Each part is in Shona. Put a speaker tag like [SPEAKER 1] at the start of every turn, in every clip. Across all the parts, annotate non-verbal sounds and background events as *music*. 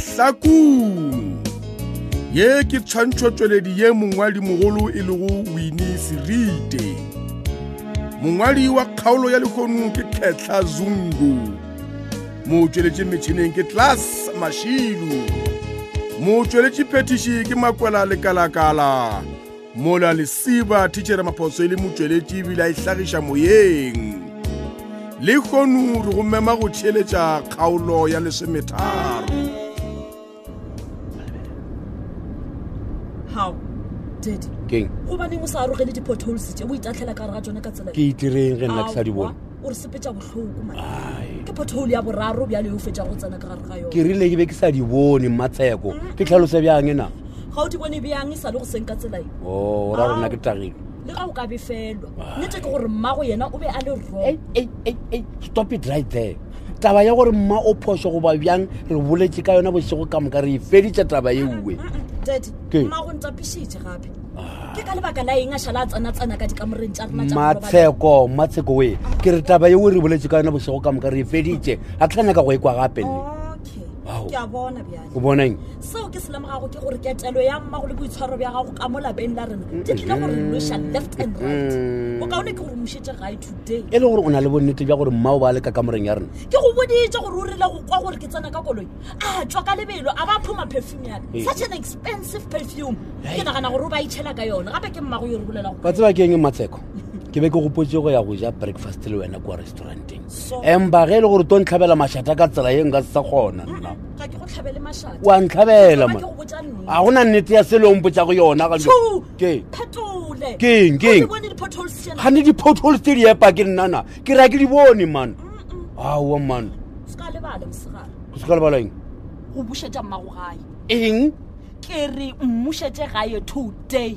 [SPEAKER 1] mahlakong ye ke tshwantšhotšweledi ye mongwadi mogolo e lego wini serite mongwadi wa kgaolo ya lekgonong ke kgetlha zungu motšweletše metšhineng ke tlas mašilu motšweletše phetiši ke makwela lekalakala mola lesiba thitšhere maphoso e le motšweletše ebile a e hlagiša moyeng le kgonu re go mema go tšheletša kgaolo ya lesometharo
[SPEAKER 2] hao dadi
[SPEAKER 3] keng
[SPEAKER 2] gobaneng o sa arogele di-potholes tse o itatlhela ka gare ga tsone ka tsela
[SPEAKER 3] ke itireng ge nna ke sa di bone
[SPEAKER 2] o re sepetša botlhoko ma ke pothole ya boraro bjale o fetša go tsena ka gare ga yone
[SPEAKER 3] ke rile ke be ke sa di bone mmatsheko ke tlhalose bjang ena
[SPEAKER 2] ga o di bone bjang e sa le go seng ka tsela e
[SPEAKER 3] o ra rona ke tagile
[SPEAKER 2] le ga o ka befelwa nnete ke gore mmago yena o be a le
[SPEAKER 3] Ei,
[SPEAKER 2] wrong
[SPEAKER 3] ei, ei, ei, stop it right there taba ya gore mma o phoso goba bjang re boletse ka yona bosego ka moka re e feditše taba yeuwe
[SPEAKER 2] dadi
[SPEAKER 3] Keng?
[SPEAKER 2] mmago ntapišitše gape ke ka lebaka la eng a šala a tsena-tsena ka dikamoreng tša rena tša borobadi.
[SPEAKER 3] matsheko matsheko we ke re taba yeo re boletse ka yona bosego ka moka re e feditše a tlhanyaka go ekwa gape nne
[SPEAKER 2] okay
[SPEAKER 3] Ao.
[SPEAKER 2] ke a bona bjale
[SPEAKER 3] o bonang
[SPEAKER 2] seo ke se lemogago ke gore ketelo ya mmago le boitshwaro bja gago ka mo lapeng la rena di tlile gore loša left and right bokaone ke gore mošitše gae today
[SPEAKER 3] e le gore o na le bonnete bja gore mma o ba leka ka moreng ya rena
[SPEAKER 2] ke go boditse gore o rile go kwa gore ke tsena ka koloi a tswa ka lebelo a ba phuma perfume yaka
[SPEAKER 3] Ee.
[SPEAKER 2] such an expensive perfume ke nagana gore o ba itšhela ka yone gape ke mmago yo re bolela
[SPEAKER 3] wa tseba ke eng matsheko ke be ke gopotse go ya go ja breakfast le wena kwa restauranteng
[SPEAKER 2] So-
[SPEAKER 3] emba ge e le gore to ntlhabela mašhata ka tsela ye nka se sa kgona nna
[SPEAKER 2] ga ke go tlhabele mašatha
[SPEAKER 3] wa ntlhabela
[SPEAKER 2] Ke
[SPEAKER 3] man
[SPEAKER 2] go botša nnete.
[SPEAKER 3] ga gona nnete ya selompo tsa go yona ga
[SPEAKER 2] Tjhu,
[SPEAKER 3] ke
[SPEAKER 2] phetole
[SPEAKER 3] Keng,
[SPEAKER 2] Ha o di
[SPEAKER 3] keng?
[SPEAKER 2] bone di-potholes tjena?
[SPEAKER 3] gane di-potholes tse di epa ke nnana ke raya ke di bone man aa man
[SPEAKER 2] se ka lebala mosegare
[SPEAKER 3] go se ka lebala eng
[SPEAKER 2] go bušetša mmago gae
[SPEAKER 3] eng
[SPEAKER 2] ke re mmušetše gae today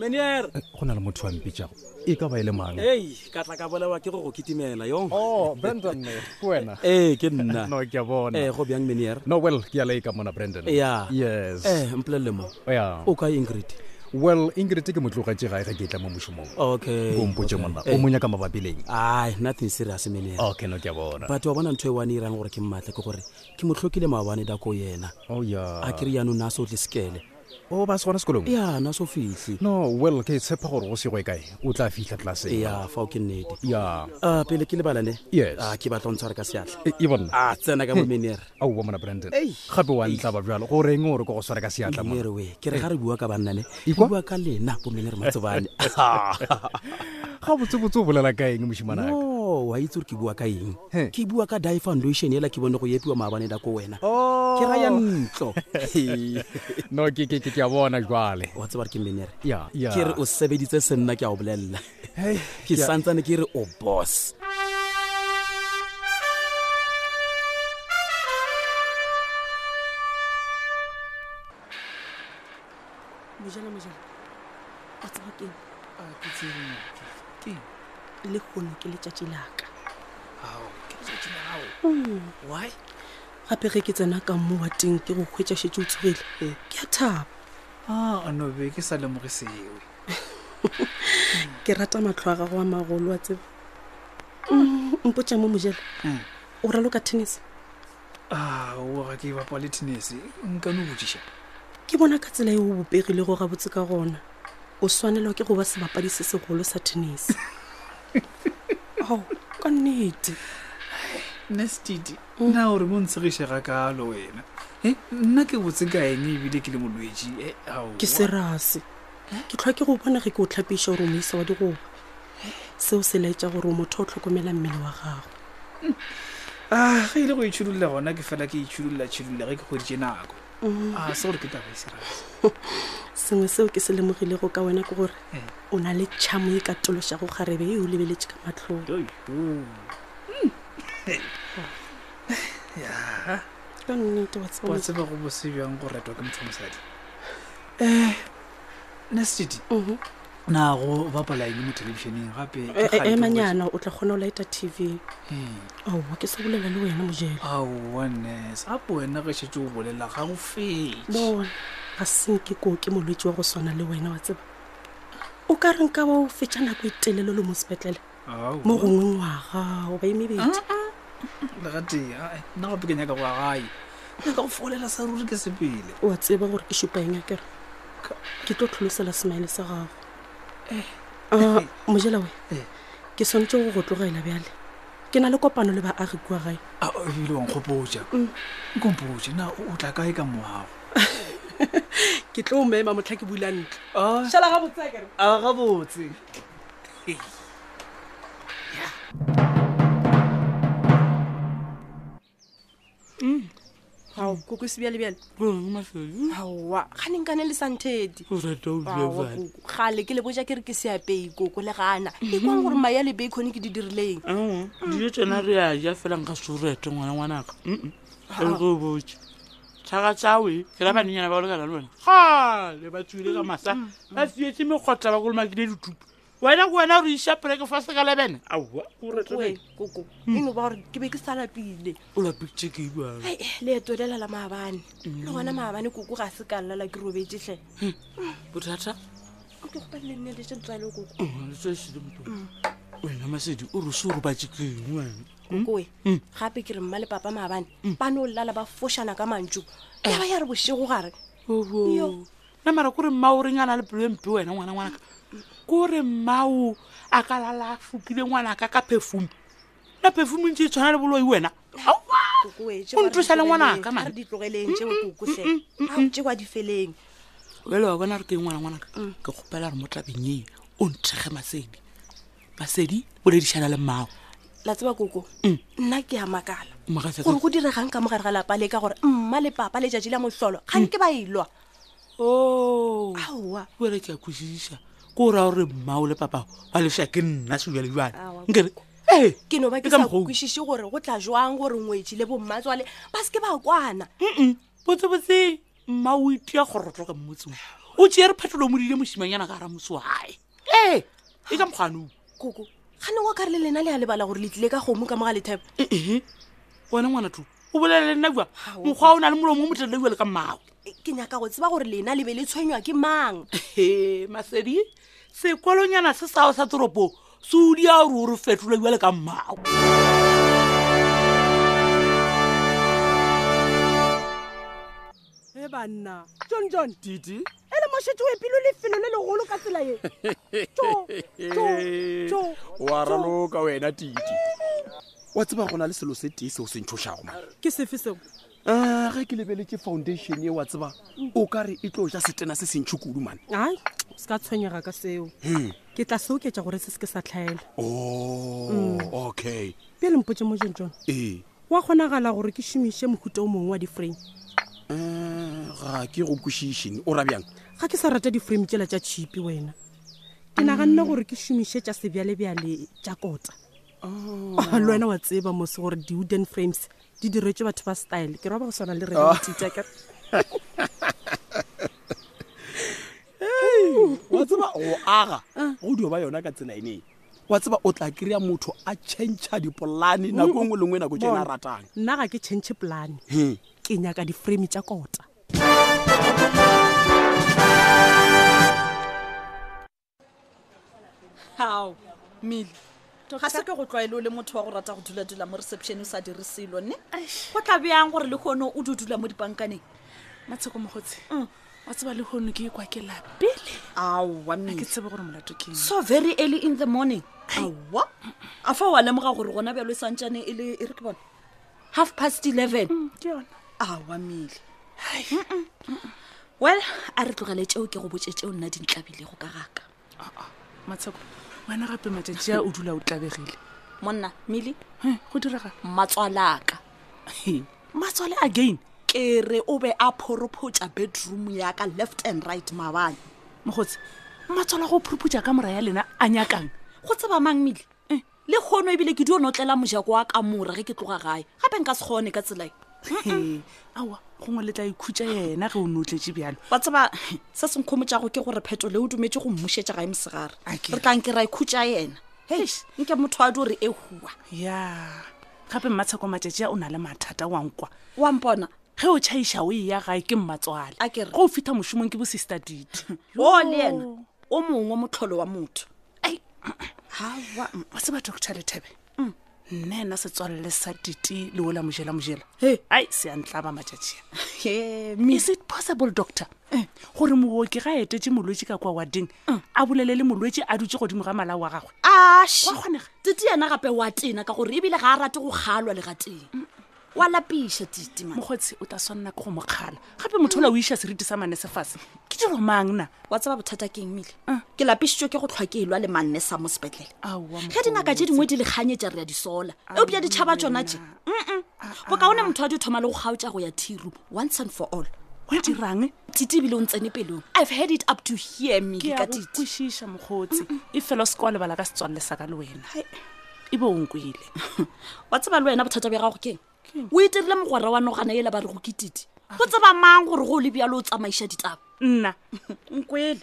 [SPEAKER 4] menier
[SPEAKER 5] go na le motho wa mpitšago e ka ba e le mang
[SPEAKER 4] ei ka tla ka bolewa ke go go kitimela yo
[SPEAKER 5] o brandon eh, ke wena
[SPEAKER 4] ee ke nna
[SPEAKER 5] *laughs* no ke a
[SPEAKER 4] Eh,
[SPEAKER 5] bona
[SPEAKER 4] go bjang menier
[SPEAKER 5] no well ke a laika mona brandon
[SPEAKER 4] ya
[SPEAKER 5] yes
[SPEAKER 4] Eh, mpolelele mo
[SPEAKER 5] yeah.
[SPEAKER 4] o ka ingrid
[SPEAKER 5] well ingrid ke motlogatse gae ga ke tla mo mošomong
[SPEAKER 4] okay
[SPEAKER 5] o mpotse monna
[SPEAKER 4] Eh.
[SPEAKER 5] o monya ka mabapileng
[SPEAKER 4] ai nothing serious menier
[SPEAKER 5] okay no ke a bona
[SPEAKER 4] but wa bona ntho e one e irang gore ke mmatle ke gore ke mo tlhokile maabane dako yena
[SPEAKER 5] oh ya
[SPEAKER 4] a kry yanong na se o tle sekele
[SPEAKER 5] o ba se gona sekolong
[SPEAKER 4] ya na se o fitlhe
[SPEAKER 5] no well ke tshepa gore go sego e kae o tla fitlha tlelaseng
[SPEAKER 4] ya fa o ke nnete
[SPEAKER 5] ya
[SPEAKER 4] Ah, pele ke lebalane
[SPEAKER 5] Yes.
[SPEAKER 4] Ah, ke batla o ntshware ka seatla
[SPEAKER 5] e bonna
[SPEAKER 4] a tsena ka mo menier
[SPEAKER 5] *laughs* aowa mona brandon
[SPEAKER 4] Ei.
[SPEAKER 5] gape wa ntlaba bjalo goreng ore ke go sware ka seatla mona E
[SPEAKER 4] meniere we ke re ga re bua ka bannane ke
[SPEAKER 5] Ikwa?
[SPEAKER 4] bua ka lena bomenere matsobane
[SPEAKER 5] *laughs* ga botsebotse o bolela ka eng mošimanaka
[SPEAKER 4] no wa itse gore ke bua ka eng
[SPEAKER 5] He.
[SPEAKER 4] ke bua ka di foundation ela ke bone go epiwa maabaneda ko wena ke
[SPEAKER 5] ke
[SPEAKER 4] raya ntlo
[SPEAKER 5] no ke ke ke ke a bona jwale
[SPEAKER 4] wa tseba re ke menere
[SPEAKER 5] ya ya
[SPEAKER 4] ke re o sebeditse se nna ke a o bolelela
[SPEAKER 5] Hei,
[SPEAKER 4] ke
[SPEAKER 5] ke a-
[SPEAKER 4] santsane ke re o boss
[SPEAKER 6] mojala mojala a tseba keng
[SPEAKER 7] Ah,
[SPEAKER 6] le kgono ke letšatši laka Mm. gape ge ke tsena ka mmo wa teng ke go kgwetša šetse o tsogile
[SPEAKER 7] Eh.
[SPEAKER 6] ke a thaba
[SPEAKER 7] a nobe Ah, ke sa lemoge sewe
[SPEAKER 6] *laughs* ke rata matlho a gago a magolo a tseba Mm, mpotša mo mojela
[SPEAKER 7] Mm.
[SPEAKER 6] o raloka tennis
[SPEAKER 7] ao ga ke bapa le tennis nka no botsiša
[SPEAKER 6] ke bona ka tsela e yeo o bopegilego gabotse ka gona o swanelwa ke go ba sebapadi se segolo sa *laughs* tennis ao ka nnete
[SPEAKER 7] nestidi na ore mo ntshegiše ga kalo wena e nna ke botse ka eng ebile ke le molwetse Eh, aowa.
[SPEAKER 6] ke serase ke tlhwa ke go bona ge ke o tlhapiša gore o moisa wa digoba seo se laetša gore o motho o tlhokomela mmele wa gago
[SPEAKER 7] Ah, ge e le go itšhidulla gona ke fela ke itšhidulla tšhidulla ge ke kgweditše nako a se gore ke taba e serase
[SPEAKER 6] sengwe seo ke se lemogilego ka wena ke gore
[SPEAKER 7] Mm.
[SPEAKER 6] o na le tšhamo e ka tološago kgarebe e o lebeletše ka matlhong ka nnete wa
[SPEAKER 7] wa
[SPEAKER 8] Mm.
[SPEAKER 6] tseba
[SPEAKER 7] tseba go bose bjang go retwa ke motho wa mosadi um nestidi
[SPEAKER 6] Mhm.
[SPEAKER 7] na go bapala eng mo thelebišeneng
[SPEAKER 8] Eh,
[SPEAKER 6] E-
[SPEAKER 7] gape ke
[SPEAKER 6] e-
[SPEAKER 7] kgale ke
[SPEAKER 6] emanyana o tla kgona go laeta tv
[SPEAKER 7] botse. Ee.
[SPEAKER 6] aowa ke sa bolela le wena mojela
[SPEAKER 7] aowa nes gape wena ge šetse o bolela ga go fetše
[SPEAKER 6] bona ga senke koo ke molwetse wa go swana le wena wa tseba o ka re nka ba o fetša nako e telelo le mo sepetlele
[SPEAKER 7] Ao,
[SPEAKER 6] mo gongwe ngwaga o ba emebedi
[SPEAKER 7] le ga tee ae, nna gape ke nyaka go ya gae nyaka go folela sa ruri ke sepele
[SPEAKER 6] o a tseba gore ke šupaeng ya kere ke tlo tlholosela semaele sa gago Ah, mojela we
[SPEAKER 7] Eh.
[SPEAKER 6] ke swanetse go go tlogela bjale ke na le kopano le baagi kua gae
[SPEAKER 7] Ao, ebile wa nkgopotša nkompotše na o o tla kae ka moago
[SPEAKER 6] ke tlo o mema motlha ke bula ntle
[SPEAKER 7] šala gabotse
[SPEAKER 9] ao
[SPEAKER 6] Mm.
[SPEAKER 9] koko se bjale bjale aowa ga ne nkane le santhedi gale ke le boja ke re ke seapei koko le gana e kwang gore maya le bacone ke di dirileng
[SPEAKER 5] dijo tsona re a ja fela nka sorete ngwana ngwanaka ere ke o botse tlhaga tsawe ke ra banenyana ba lekana le wena gale ba tswile ka masa ba fietse mekgotla ba kolomakile ditupu wena ke wena re isa breakfast ka lebene aa
[SPEAKER 9] we koko eno e ba gore ke be ke sa lapile
[SPEAKER 5] Mm. o lapitse ke ibana
[SPEAKER 9] Ai, eh, leeto le lala maabane
[SPEAKER 5] Mm.
[SPEAKER 9] le gona maabane koko ga se ka llala ke robetetlhe
[SPEAKER 5] bothata
[SPEAKER 9] o ke gopalele nne le se tswale koko
[SPEAKER 5] Mm, e
[SPEAKER 9] Mm.
[SPEAKER 5] lesesedimto wena masedi o re se o robatse keng wena
[SPEAKER 9] kokoe gape ke re mma le papa maabane ba no lala ba fošana ka mantso ya ba ya re bošego gare
[SPEAKER 5] Oho. nna mara kore mma o reng a na le pelo empe wena ngwana ngwanaka kore mmao a ka lala a fokile ngwanaka ka perfume na perfume ntse e tshwana le boloi wena O ntlosa le ngwanaka, man.
[SPEAKER 9] re di tlogeleng teo kokotlhe ao tsewa di feleng
[SPEAKER 5] ele wa bona re ke eng ngwana ngwanaka
[SPEAKER 9] Mm.
[SPEAKER 5] ke kgopela re mo tabeng eo o nthege masedi masedi boledišana le mmao
[SPEAKER 9] la tseba koko
[SPEAKER 5] Mm.
[SPEAKER 9] nna ke a makala
[SPEAKER 5] O makatsa
[SPEAKER 9] gore go diregang ka mogare ga lapa le ka gore mma le papa letšatši la motlholo
[SPEAKER 5] Mm.
[SPEAKER 9] gang ke ba elwa
[SPEAKER 5] o
[SPEAKER 9] aowa
[SPEAKER 5] wele ke a kwešiša ko raya gore mmao le papago ba lefša ke nna sebjale jale
[SPEAKER 9] Aowa.
[SPEAKER 5] nkere ee
[SPEAKER 9] ke no ba
[SPEAKER 5] e
[SPEAKER 9] ke
[SPEAKER 5] ka
[SPEAKER 9] sa
[SPEAKER 5] mokgwa oo.
[SPEAKER 9] kwešiše gore go tla jwang gore ngwetši le bommatswale ba seke ba kwana
[SPEAKER 5] Mm-mm. botsebotse mma o itia goroto ka mmotseng o tšee re phetolo modile mošimanyana ka gara moso gae ee e ka mokganoo
[SPEAKER 9] koko ga ne go ka re le lena le a lebala gore le tlile ka kgomo ka moga lethepo
[SPEAKER 5] ee wena ngwana tu o bolelele nna jwa
[SPEAKER 9] Hao.
[SPEAKER 5] mokgwa o na le molomo o motelele jale ka mmao
[SPEAKER 9] E, ke nyaka go tseba gore lena le be le tshwenywa ke mang
[SPEAKER 5] he masedi sekolonyana se sao sa toropong se o dia gore o re fetole jale ka mmao
[SPEAKER 9] e banna john john tite e le mošhetse o epile lefelo le legolo ka tsela e
[SPEAKER 10] wa raloka wena tite wa tseba go na le selo se tee seo se ntšhošago ma
[SPEAKER 9] ke sefe seo
[SPEAKER 10] um ge ke lebeletse foundation e wa tseba o ka re e tlo ja setena se sentšho kudu mane
[SPEAKER 9] ai se ka tshwenyega ka seo ke tla se oketsa gore se se ke sa tlhaela
[SPEAKER 10] o Oh, okay
[SPEAKER 9] pele mpotse mo john john
[SPEAKER 10] ee
[SPEAKER 9] wa kgonagala gore ke šomiše mohuta o mongwe wa di-frame
[SPEAKER 10] um ga ke go kwešišene o rabjang
[SPEAKER 9] ga ke sa rata di-frame tsela tša chipi wena ke
[SPEAKER 8] Mm.
[SPEAKER 9] naganna gore ke šomiše tša sebjalebjale tša kota
[SPEAKER 8] Oh.
[SPEAKER 9] *laughs* le wena wa tseba mose gore di-wooden frames di diretswe batho ba style ke roba go swana le
[SPEAKER 8] Ah.
[SPEAKER 9] renatitaka
[SPEAKER 10] wa tseba go aga go dio ba yona ka tsela eneng wa tseba o tla kry-a motho a changea dipolane nako e ngwe lengwe nako tsena a ratang
[SPEAKER 9] nna ga ke change plane
[SPEAKER 10] Hmm.
[SPEAKER 9] ke nyaka di-frame tša kota
[SPEAKER 2] gao mmele ga se ke go tlwaele o le motho wa go rata go dula-dula mo reception o sa dire selo nne go tla beyang gore le kgone o di dula mo dipankaneng
[SPEAKER 8] matsheko mogotse wa tseba le gono ke e kwa ke lapele
[SPEAKER 2] aowa
[SPEAKER 8] a ke
[SPEAKER 2] mmele
[SPEAKER 8] tsebe gore molato ke eng.
[SPEAKER 2] so very early in the morning aowa a fa wa lemoga gore gona bjalo e santšane e le e re ke bona half past eleven
[SPEAKER 8] Mm, ke yona
[SPEAKER 2] aowa Mm, mmele Mm-mm. well a re tlogele tšeo ke go botse tšeo nna dintlabilego ka gaka
[SPEAKER 8] matsheko wena gape matšatši a o dula o tlabegile
[SPEAKER 2] monna mmele
[SPEAKER 8] He, go diraga
[SPEAKER 2] matswalaka
[SPEAKER 5] matswale again
[SPEAKER 2] ke re o be a phoropotsa bedroom ya ka left and right maabane
[SPEAKER 8] mogotse matswala go phuruputša ka mora ya lena a nyakang
[SPEAKER 2] go tseba mang mmele
[SPEAKER 8] Eh.
[SPEAKER 2] le kgono ebile ke di o notlela mojako wa ka e. mora ge ke tloga gae gape nka se kgone ka tselae
[SPEAKER 8] aa gongwe le tla ikhutsa yena ge o ne o tletse bjalo
[SPEAKER 2] wa tseba se senkgomotsago ke gore pheto le o dumetse go mmušetša gae mosegare re tlanke ra ikhutsa yena hei nke motho a di ore e hua
[SPEAKER 8] ya gape mmatsheko matšatši a o na le mathata wankwa
[SPEAKER 2] wa mpona
[SPEAKER 8] ge o tšhaiša o e ya gae ke mmatswale
[SPEAKER 2] Akere.
[SPEAKER 8] go o fitha mošomong ke bo sister dite
[SPEAKER 2] o le ena o mongwe motlholo wa motho
[SPEAKER 8] wa seba doctor lethebe nna ena setswalle sa tite le ola mojela mojela ai se a ntlaba matšatšia is it possible doctor gore mooki ga a etetse molwetse ka kwa wading a bolele le molwetse a dutse godimo ga malao wa gagwe
[SPEAKER 2] ashe tite yena gape wa tena ka gore ebile ga a rate go kgalwa le gateng wa lapiša tite man
[SPEAKER 8] mokgotsi o tla swanna ke go mokgala gape motho ola o iša seriti sa mane sefase ke diromang na
[SPEAKER 2] wa tseba bothata ke eng mele ke lapišitšwe ke go tlhwa ke elwa le manne sa mo sepetlele
[SPEAKER 8] Ah. aowa
[SPEAKER 2] ge dingaka tse dingwe di lekganyetša re ya di sola
[SPEAKER 8] Ah,
[SPEAKER 2] eobja ditšhaba tsona tše mm bokaone motho a di thoma le go kgaotša go ya thiru once and for all
[SPEAKER 8] o dirang
[SPEAKER 2] tite ebile o ntsene pelong i've had it up to here mele
[SPEAKER 8] ke
[SPEAKER 2] ka
[SPEAKER 8] ya
[SPEAKER 2] tite
[SPEAKER 8] kwešiša mokgotsi e fela o se ka wa lebala ka setswalle sa ka le wena e be o nkwele
[SPEAKER 2] *laughs* wa tseba le wena bothata bja gago keng o itirile mogwera wa nogana ele ba re go ke tite
[SPEAKER 8] Ah.
[SPEAKER 2] go tseba mang gore go o le bjalo o tsamaiša ditaba
[SPEAKER 8] nna
[SPEAKER 2] nkwele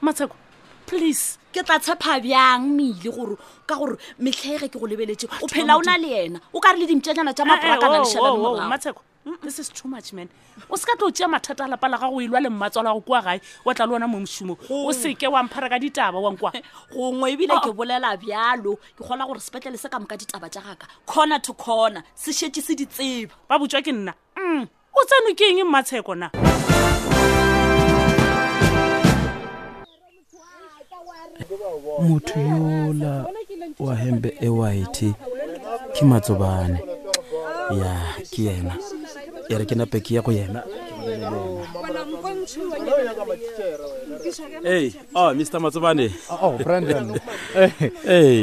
[SPEAKER 8] matsheko Ah, please
[SPEAKER 2] ke tla tshepa bjang meile gore ka gore metlhege ke go lebeletse o phela o na le ena o ka re le dimpšanyana tša maporakana
[SPEAKER 8] Eh,
[SPEAKER 2] lešhalane morago
[SPEAKER 8] matsheko oh, this is too much man o se ka tlo tšea mathata a lapa la gago e lwa le mmatswala go kua gae wa tla le ona mo mošomo o seke wa mphara ka ditaba wa nkwa
[SPEAKER 2] gongwe ebile ke bolela bjalo ke kgolwa gore sepetlele se ka moka ditaba tša gaka corner to corner se šetše se di tseba
[SPEAKER 8] ba botswa ke nna Mm, o tseno ke eng mmatsheko na
[SPEAKER 11] motho yola wa hembe e white ke matsobane ya ke yena e re ke nape ke ya go yena Hey, oh, Mr. Matsobane.
[SPEAKER 4] Oh, Brandon.
[SPEAKER 11] Hey.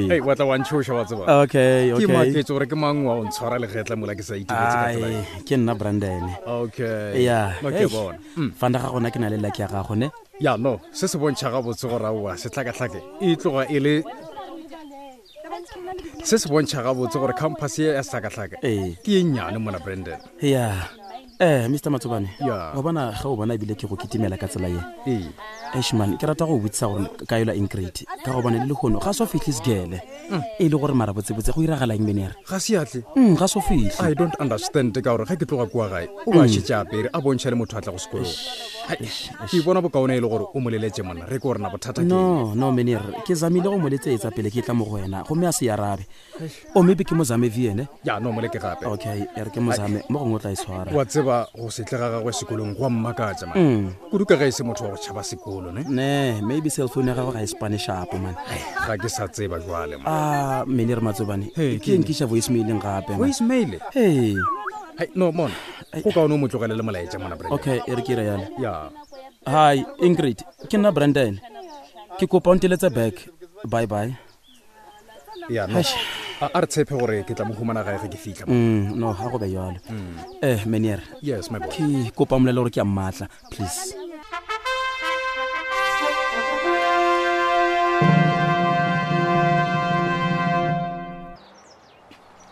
[SPEAKER 4] Hey, wa tla wa ntshoša wa tseba
[SPEAKER 11] Okay,
[SPEAKER 4] ke
[SPEAKER 11] okay.
[SPEAKER 4] maketso gore ke mang wa o ntshwara legetla mola ke sa itebetse ka tsela
[SPEAKER 11] Ai,
[SPEAKER 4] e.
[SPEAKER 11] ke nna brandene
[SPEAKER 4] okay
[SPEAKER 11] ya
[SPEAKER 4] no ke bona
[SPEAKER 11] fanda ga gona ke na le lucky ya gagone
[SPEAKER 4] ya no se se bontšha gabotse gore aowa setlhakatlhake e tloga e le se se bontšha gabotse gore campus ye ya setlhakatlhake
[SPEAKER 11] Ee.
[SPEAKER 4] ke e nnyane mola brandon
[SPEAKER 11] ya eh mr matsobane
[SPEAKER 4] Ya.
[SPEAKER 11] wa bona ga o bona ebile ke go ketemela ka tsela ye
[SPEAKER 4] ee
[SPEAKER 11] ashman ke rata go botsisa gore ka yola ingrate ka gobane le lekgono ga so fitlhis gele e le gore marabotsebotse go iragalang menere
[SPEAKER 4] ga seatle
[SPEAKER 11] Mm, ga so fitlhe
[SPEAKER 4] i don't understand ka gore ga ke tloga kua gae o ba
[SPEAKER 11] Mm.
[SPEAKER 4] šetse apere a bontšha le motho a tla go sekolong Hai, ke bona bokaone e le gore o moleletse monna re ke gore na bothata ke
[SPEAKER 11] no no menere ke zamile go mo letsetsa pele ke tla mo go wena gomme a se yarabe o maybe ke mo zame viene
[SPEAKER 4] ya no moleke gape
[SPEAKER 11] okay e re ke mo
[SPEAKER 4] Ai.
[SPEAKER 11] zame mo gongwe o tla e tshwara
[SPEAKER 4] wa tseba go setle ga gagwe sekolong go a mmakatsa ma
[SPEAKER 11] Mm.
[SPEAKER 4] kudu ka ga e se motho wa go tšhaba sekolo ne
[SPEAKER 11] ne maybe cellphone ya gago ga e spane shapo man
[SPEAKER 4] ga ke sa tseba jwale ma
[SPEAKER 11] a menere matsobane
[SPEAKER 4] Hey,
[SPEAKER 11] ke enkiša voicemaileng gape man.
[SPEAKER 4] voicemaile
[SPEAKER 11] hey
[SPEAKER 4] Hai, no mona go kaone o mo tlogele le molaetša mona Brenda.
[SPEAKER 11] okay e re ke re yalo
[SPEAKER 4] ya
[SPEAKER 11] hi ingrid ke nna brandon ke kopa o nteletse back bye bye
[SPEAKER 4] ya no
[SPEAKER 11] Eish.
[SPEAKER 4] a a re tshepe gore ke tla mo humana gae ge ke fitlha ma.
[SPEAKER 11] mm, no ga go be jalo
[SPEAKER 3] Mm.
[SPEAKER 11] eh menere
[SPEAKER 4] yes my boy
[SPEAKER 11] ke kopa molele gore ke a mmaatla please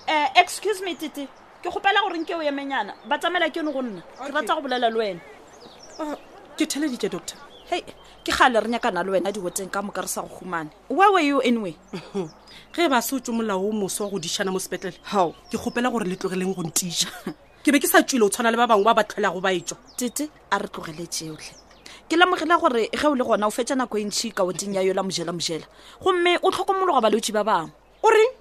[SPEAKER 2] um excuse me tite ke gopela goreng ke o emenyana ba tsamaela ke one go nna ke rata go bolela le wena Oh,
[SPEAKER 6] ke theleditše doctor
[SPEAKER 2] hei ke gale re nyakana le wena diwoteng ka moka re sa go humane where were you anyway
[SPEAKER 6] ge ba se o tswe molao o moso wa go dišana mo sepetlele
[SPEAKER 2] how
[SPEAKER 6] ke kgopela gore le tlogeleng go ntiša ke be ke sa tswile o tshwana le ba bangwe ba ba tlholago ba e etswa
[SPEAKER 2] tete a re tlogele tseotlhe ke lemogela gore ge o le gona o fetsa nako e ntšhi ka oteng ya yola mojela mojela gomme o tlhokomologa balwetse ba bangwe o reng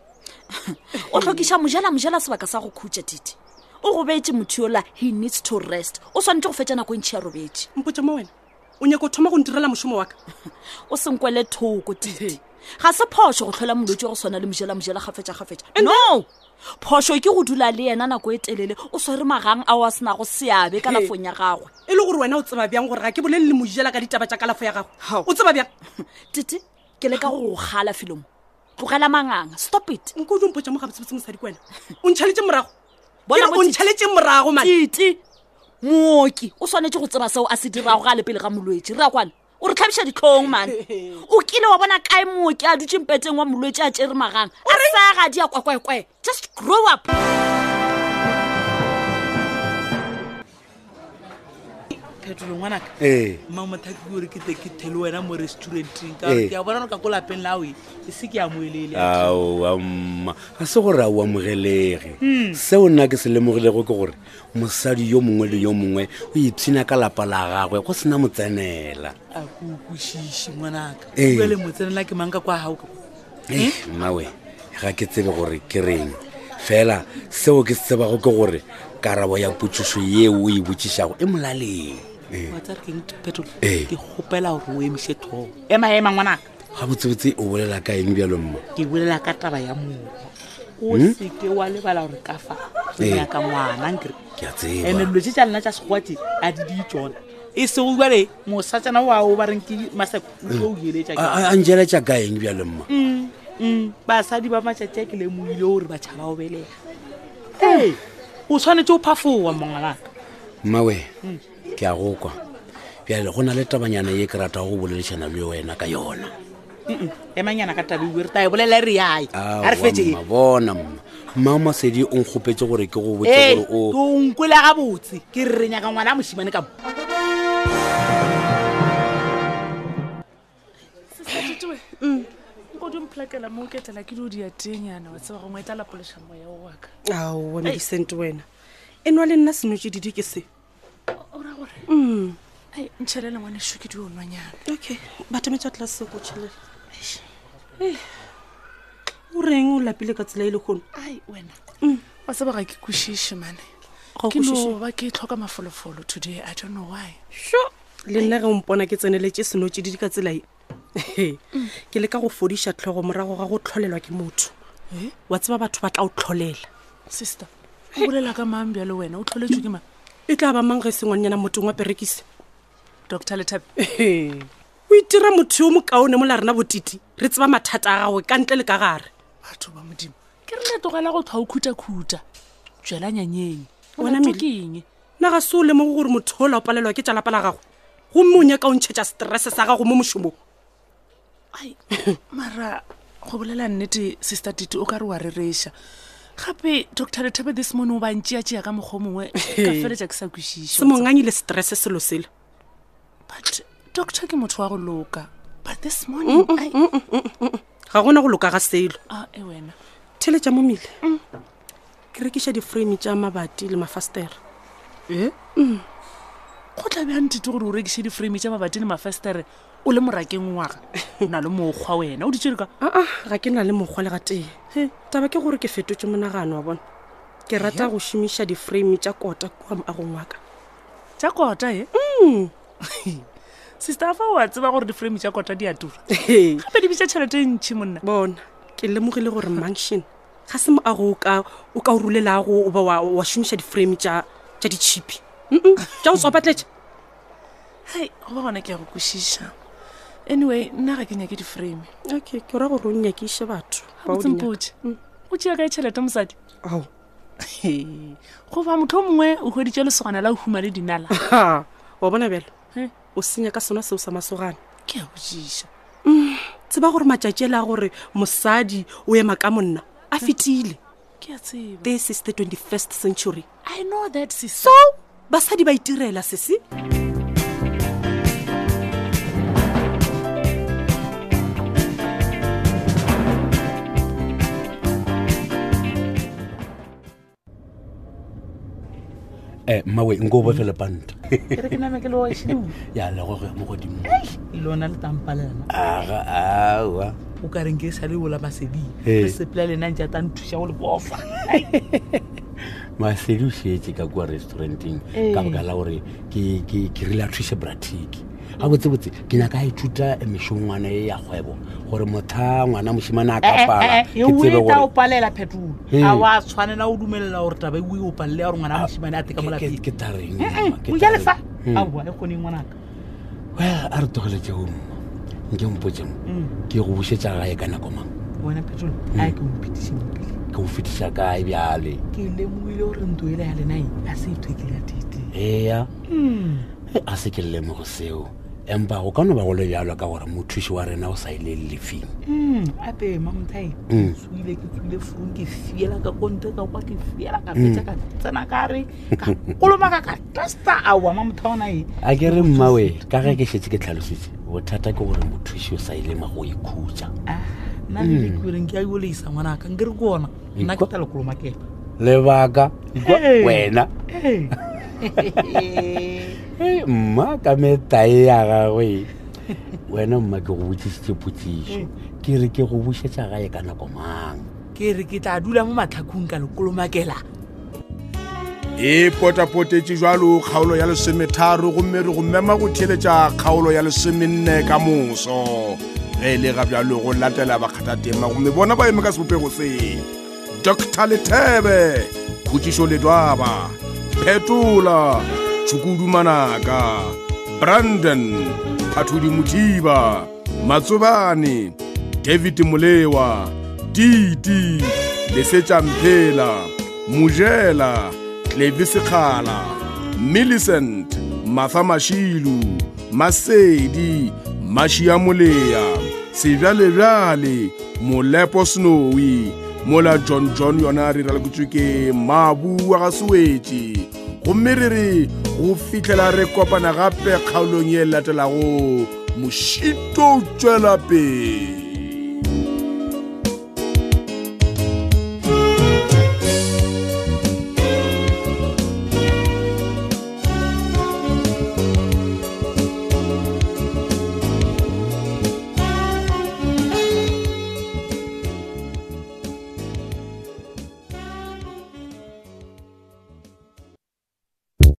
[SPEAKER 2] *laughs* o tlhokiša mojela mojela sebaka sa go khutša tete o go beetse motho yola he needs to rest o swanetse go fetsa nako e ntšhi ya robetse
[SPEAKER 6] mpotse mo wena o nyaka o thoma go ntirela mošomo wa ka
[SPEAKER 2] o senkwele thoko tete ga se phoso go tlhola molwetse wa go swana le mojela mojela gafetša gafetša no phoso ke go dula le ena nako e telele o swere magang ao a senago seabe ka nafong ya gagwe
[SPEAKER 6] e le gore wena o tseba bjang gore ga ke bolele le mojela ka ditaba tša kalafo ya gago o tseba bjang
[SPEAKER 2] tete ke leka go go gala felomo tlogela manganga stop it
[SPEAKER 6] nko o mpotsa mo gabosebotse mosadi ko wena o ntšhaletse morago
[SPEAKER 2] Bona
[SPEAKER 6] Ke re
[SPEAKER 2] mo
[SPEAKER 6] o
[SPEAKER 2] Titi.
[SPEAKER 6] ntšhaletse morago man
[SPEAKER 2] tete mooki o swanetse go tseba seo a se dirago ga a le pele ga molwetse re a kwane o re tlhabiša ditlhong mane o kile wa bona kae mooki a dutse mpetseng wa molwetse a tsere maganga a saga di a kwakwekwe just grow up
[SPEAKER 5] matolo ngwanaka
[SPEAKER 3] ee
[SPEAKER 5] mmamothaki ke ore ke te ke thele wena mo restauranteng ka
[SPEAKER 3] Eh.
[SPEAKER 5] ke a bona ka ko lapeng la oe e se ke a moelele
[SPEAKER 3] Ah. ao amma ga se gore a o amogelege
[SPEAKER 5] Hmm.
[SPEAKER 3] seo nna ke se lemogilego ke gore mosadi yo mongwe le yo mongwe o ipshina ka lapa la gagwe go sena motsenela
[SPEAKER 5] a ko okwešiše ngwanaka
[SPEAKER 3] Eh.
[SPEAKER 5] uele motsenela ke mang ka kwa gao
[SPEAKER 3] Eh, mmawe ga ke tsebe gore ke reng fela seo ke se tsebago ke gore karabo ya potšišo yeo o e botšišago e molaleng Eh,
[SPEAKER 5] wa tsare keng petolo
[SPEAKER 3] Eh.
[SPEAKER 5] ke gopela gore o emiše thogo ema ema ngwanaka
[SPEAKER 3] gabotsebotse o bolela ka eng bjalo mma
[SPEAKER 5] ke bolela ka taba ya mowa o
[SPEAKER 3] Hmm?
[SPEAKER 5] seke wa lebala gore ka fa o
[SPEAKER 3] Eh.
[SPEAKER 5] nyaka ngwana nkere
[SPEAKER 3] ke a
[SPEAKER 5] ande
[SPEAKER 3] tseba
[SPEAKER 5] dilo tse tsa lena tsa segwate a di di tsona e seo jale mosatsana wa o ba reng ke maseko o tlo o eletša ke
[SPEAKER 3] a njeletša ka eng bjalo mma
[SPEAKER 5] Mm, mm, basadi ba matšatši a ke lemoile gore batšha ba o belega ee o tshwanetse o phafoa mongalaka
[SPEAKER 3] mmawe
[SPEAKER 5] Mm.
[SPEAKER 3] ke a go kwa bjale go na le tabanyana ye ke ratago go bolelešana le wena ka yona
[SPEAKER 5] Mm-mm, emanyana ka tabiwe re ta e bolela re yae a re fetse
[SPEAKER 3] Aowa, mma, bona mma mma masedi o nkgopetse gore ke go botse
[SPEAKER 5] ee
[SPEAKER 3] gore o
[SPEAKER 5] o nkwele gabotse ke re re nyaka ngwana a mošimane ka mo
[SPEAKER 8] nkodimplakela mo oketela ke dio diateng yana wa tseba gongwe e tla lapološa moya o waka
[SPEAKER 6] ao wena disente wena e nwa le nna senotsedidi ke se
[SPEAKER 8] ora gore
[SPEAKER 6] Mm.
[SPEAKER 8] ai ntšhele lengwaneso ke dio nonyana
[SPEAKER 6] okay batametswa tlelaseko tšhelela o reng o lapile ka tsela e le gono
[SPEAKER 8] ai wena
[SPEAKER 6] Mm.
[SPEAKER 8] wa tseba ga ke kwešiše mane
[SPEAKER 6] Ga o
[SPEAKER 8] ke
[SPEAKER 6] kwešiše?
[SPEAKER 8] no ba ke tlhoka mafolofolo today i don't know why
[SPEAKER 6] le nna ge ompona ke tseneletse senotsedidi ka tsela e He,
[SPEAKER 8] Mm.
[SPEAKER 6] ke leka go fodiša tlhogo morago ga go tlholelwa ke motho
[SPEAKER 8] Eh?
[SPEAKER 6] wa tseba batho ba tla o tlholela
[SPEAKER 8] sister o bolela ka mang bjale wena o tlholetswe ke mang
[SPEAKER 6] e tla ba mang ge sengwannyana motong wa perekise
[SPEAKER 8] dr letape
[SPEAKER 6] o itira motho yo mokaone mola rena botiti re tseba mathata a gagwe ka ntle le ka gare
[SPEAKER 8] batho ba modimo ke re letogela go tlhwa o khutha-khutha tswela nyanyeng
[SPEAKER 6] Wena
[SPEAKER 8] olato
[SPEAKER 6] Mele-
[SPEAKER 8] ke eng
[SPEAKER 6] nna ga se o lemogo gore motho o la o palelwa ke tsa lapa la gago gomme o nyaka o ntšhetša stresse sa gago mo mošomong
[SPEAKER 8] ai mara go bolela nnete sister tite o ka re wa rereša gape dr letape this morning o bantšeatšea ka mokgwa o mongwe ka feletša ke sa
[SPEAKER 6] se
[SPEAKER 8] kwešišo
[SPEAKER 6] mongangile stresse selo sele
[SPEAKER 8] but doctor ke motho wa go loka but this morning
[SPEAKER 6] Mm, mm,
[SPEAKER 8] ai-
[SPEAKER 6] mm, mm, mm, mm. ga gona go loka ga selo
[SPEAKER 8] Ah, e wena
[SPEAKER 6] theletša mo mele
[SPEAKER 5] Mm.
[SPEAKER 6] ke rekiša di-frame tša mabati le mafastera
[SPEAKER 8] e go tlabjang tite gore o rekiše di-frame tša mabati le mafestere o le morakeng waga o na le mokgwa wena o ditšere ka
[SPEAKER 6] aa ga ke na le mokgwa le ga tee he taba ke gore ke fetotse monagano wa bona ke rata go šomiša di-frame tša kota kua moagong wa ka
[SPEAKER 8] tša kota e sister fa o a tseba gore di-frame tša kota di a tura gape di bitša tšhelete e ntšhi monna
[SPEAKER 6] bona ke lemogile gore manction ga se moago o ka o ka o rulelago oba wa- wa šomiša di-frame tša tša ditšhipi Mm-mm, tša go tswapatletša
[SPEAKER 8] hai goba gona ke ya go kwešiša anyway nna ga ke nyake di-frame
[SPEAKER 6] okay ke ra gore o nyakiše batho ba o di nyaka. Mm.
[SPEAKER 8] gabotsempotse o tšea kae tšhelete mosadi
[SPEAKER 6] Ao.
[SPEAKER 8] goba motho o mongwe o hweditše lesogana la go huma le dinala
[SPEAKER 6] Ha, *laughs* wa bona bjalo o senya ka sona seo sa masogana
[SPEAKER 8] ke a botsiša
[SPEAKER 6] tseba gore matšatši ele a gore mosadi o ema ka monna a fetile
[SPEAKER 8] ke a tseba
[SPEAKER 6] this is the 21st century
[SPEAKER 8] i know that sis
[SPEAKER 6] so basadi ba itirela sese
[SPEAKER 3] Eh, mmawe nko bo fele panta
[SPEAKER 5] kere ke name ke le
[SPEAKER 8] *laughs*
[SPEAKER 5] wašhileng
[SPEAKER 3] ya legogo ya mo godimo
[SPEAKER 5] lona letampa lena
[SPEAKER 3] aga awa
[SPEAKER 5] o ka reng ke sa le ola maseding
[SPEAKER 3] Ee.
[SPEAKER 5] re sepela lena ntse ata nthuša go le bofa
[SPEAKER 3] masedi o šetse ka kua restauranteng
[SPEAKER 5] Ee.
[SPEAKER 3] ka baka la gore ke ke- ke rile a thuše bratiki ga botsebotse ke nyaka a ithuta mešongwana e ya kgwebo gore motha ngwana mošimane
[SPEAKER 5] Eh,
[SPEAKER 3] a ka
[SPEAKER 5] *laughs*
[SPEAKER 3] pala ke tsebe gore
[SPEAKER 5] eoeta E o palela phetola
[SPEAKER 3] Ee.
[SPEAKER 5] a oa tshwanela o dumelela gore taba eo o palele ya gore ngwana a mosimane a teka mo lapeng
[SPEAKER 3] ke
[SPEAKER 5] Eh,
[SPEAKER 3] tareng
[SPEAKER 5] mojale fa
[SPEAKER 3] Mm.
[SPEAKER 5] aoa e kgoneng ngwanaka
[SPEAKER 3] well a re togeletse o mma nke mpotseng ke go bušetša gae ka nako mang
[SPEAKER 5] wena phetola a ke ompetiše mpile
[SPEAKER 3] ke go fetiša kae bjale
[SPEAKER 5] ke lemogile gore nto ele ya e lenae a se ithwekela tete
[SPEAKER 3] Hmm. ea a se ke llemogo seo empa go ka no ba go le bjalo ka gore mothuši wa rena o sa ile lefeng
[SPEAKER 5] Mm. ape mamotai
[SPEAKER 3] Mm.
[SPEAKER 5] tsogile ke tsogile forong ke fiela ka konte ka kwa ke fiela
[SPEAKER 3] Hmm.
[SPEAKER 5] ka fetsa ka tsena kare ka kolomaka ka tasta awa mamotha ona e
[SPEAKER 3] a ke re mmawe ka ge ke šetse ke tlhalositse bothata ke gore mothuši o sa ilema go ikhutsa
[SPEAKER 5] Ah, nna bile ke oreng ke a oleisa ngwanaka nkere ke ona nna ke tla le kolomakela
[SPEAKER 3] lebaka
[SPEAKER 5] Hey.
[SPEAKER 3] wena
[SPEAKER 5] Hey.
[SPEAKER 3] Hey, mma ka metae ya gagwe wena mma ke go botsisitse potsišo ke re ke go bušetša gae ka nako mang
[SPEAKER 5] ke re ke tla dula mo matlhakong ka le kolomakela
[SPEAKER 1] e potapotetše jalo kgaolo ya lesometharo gomme re go mema go theletša kgaolo ya lesomenne ka moso ge e le ga bjalo go latela bakgathatema gomme bona ba eme ka sebopego se dr letebe khutšišo ledwaba phetola tšhukudumanaka brandon phathodi modiba matsobane david molewa diti lesetšamphela mojela tlevi sekgala millicent matha mašilu masedi mašia molea sebjalebjale molepo snowy mola john john yona re raleketswe ke mabu wa ga sewetse gomme re re go fitlhela re e kopana gape kgaolong ye latelago mošito o tšwela pele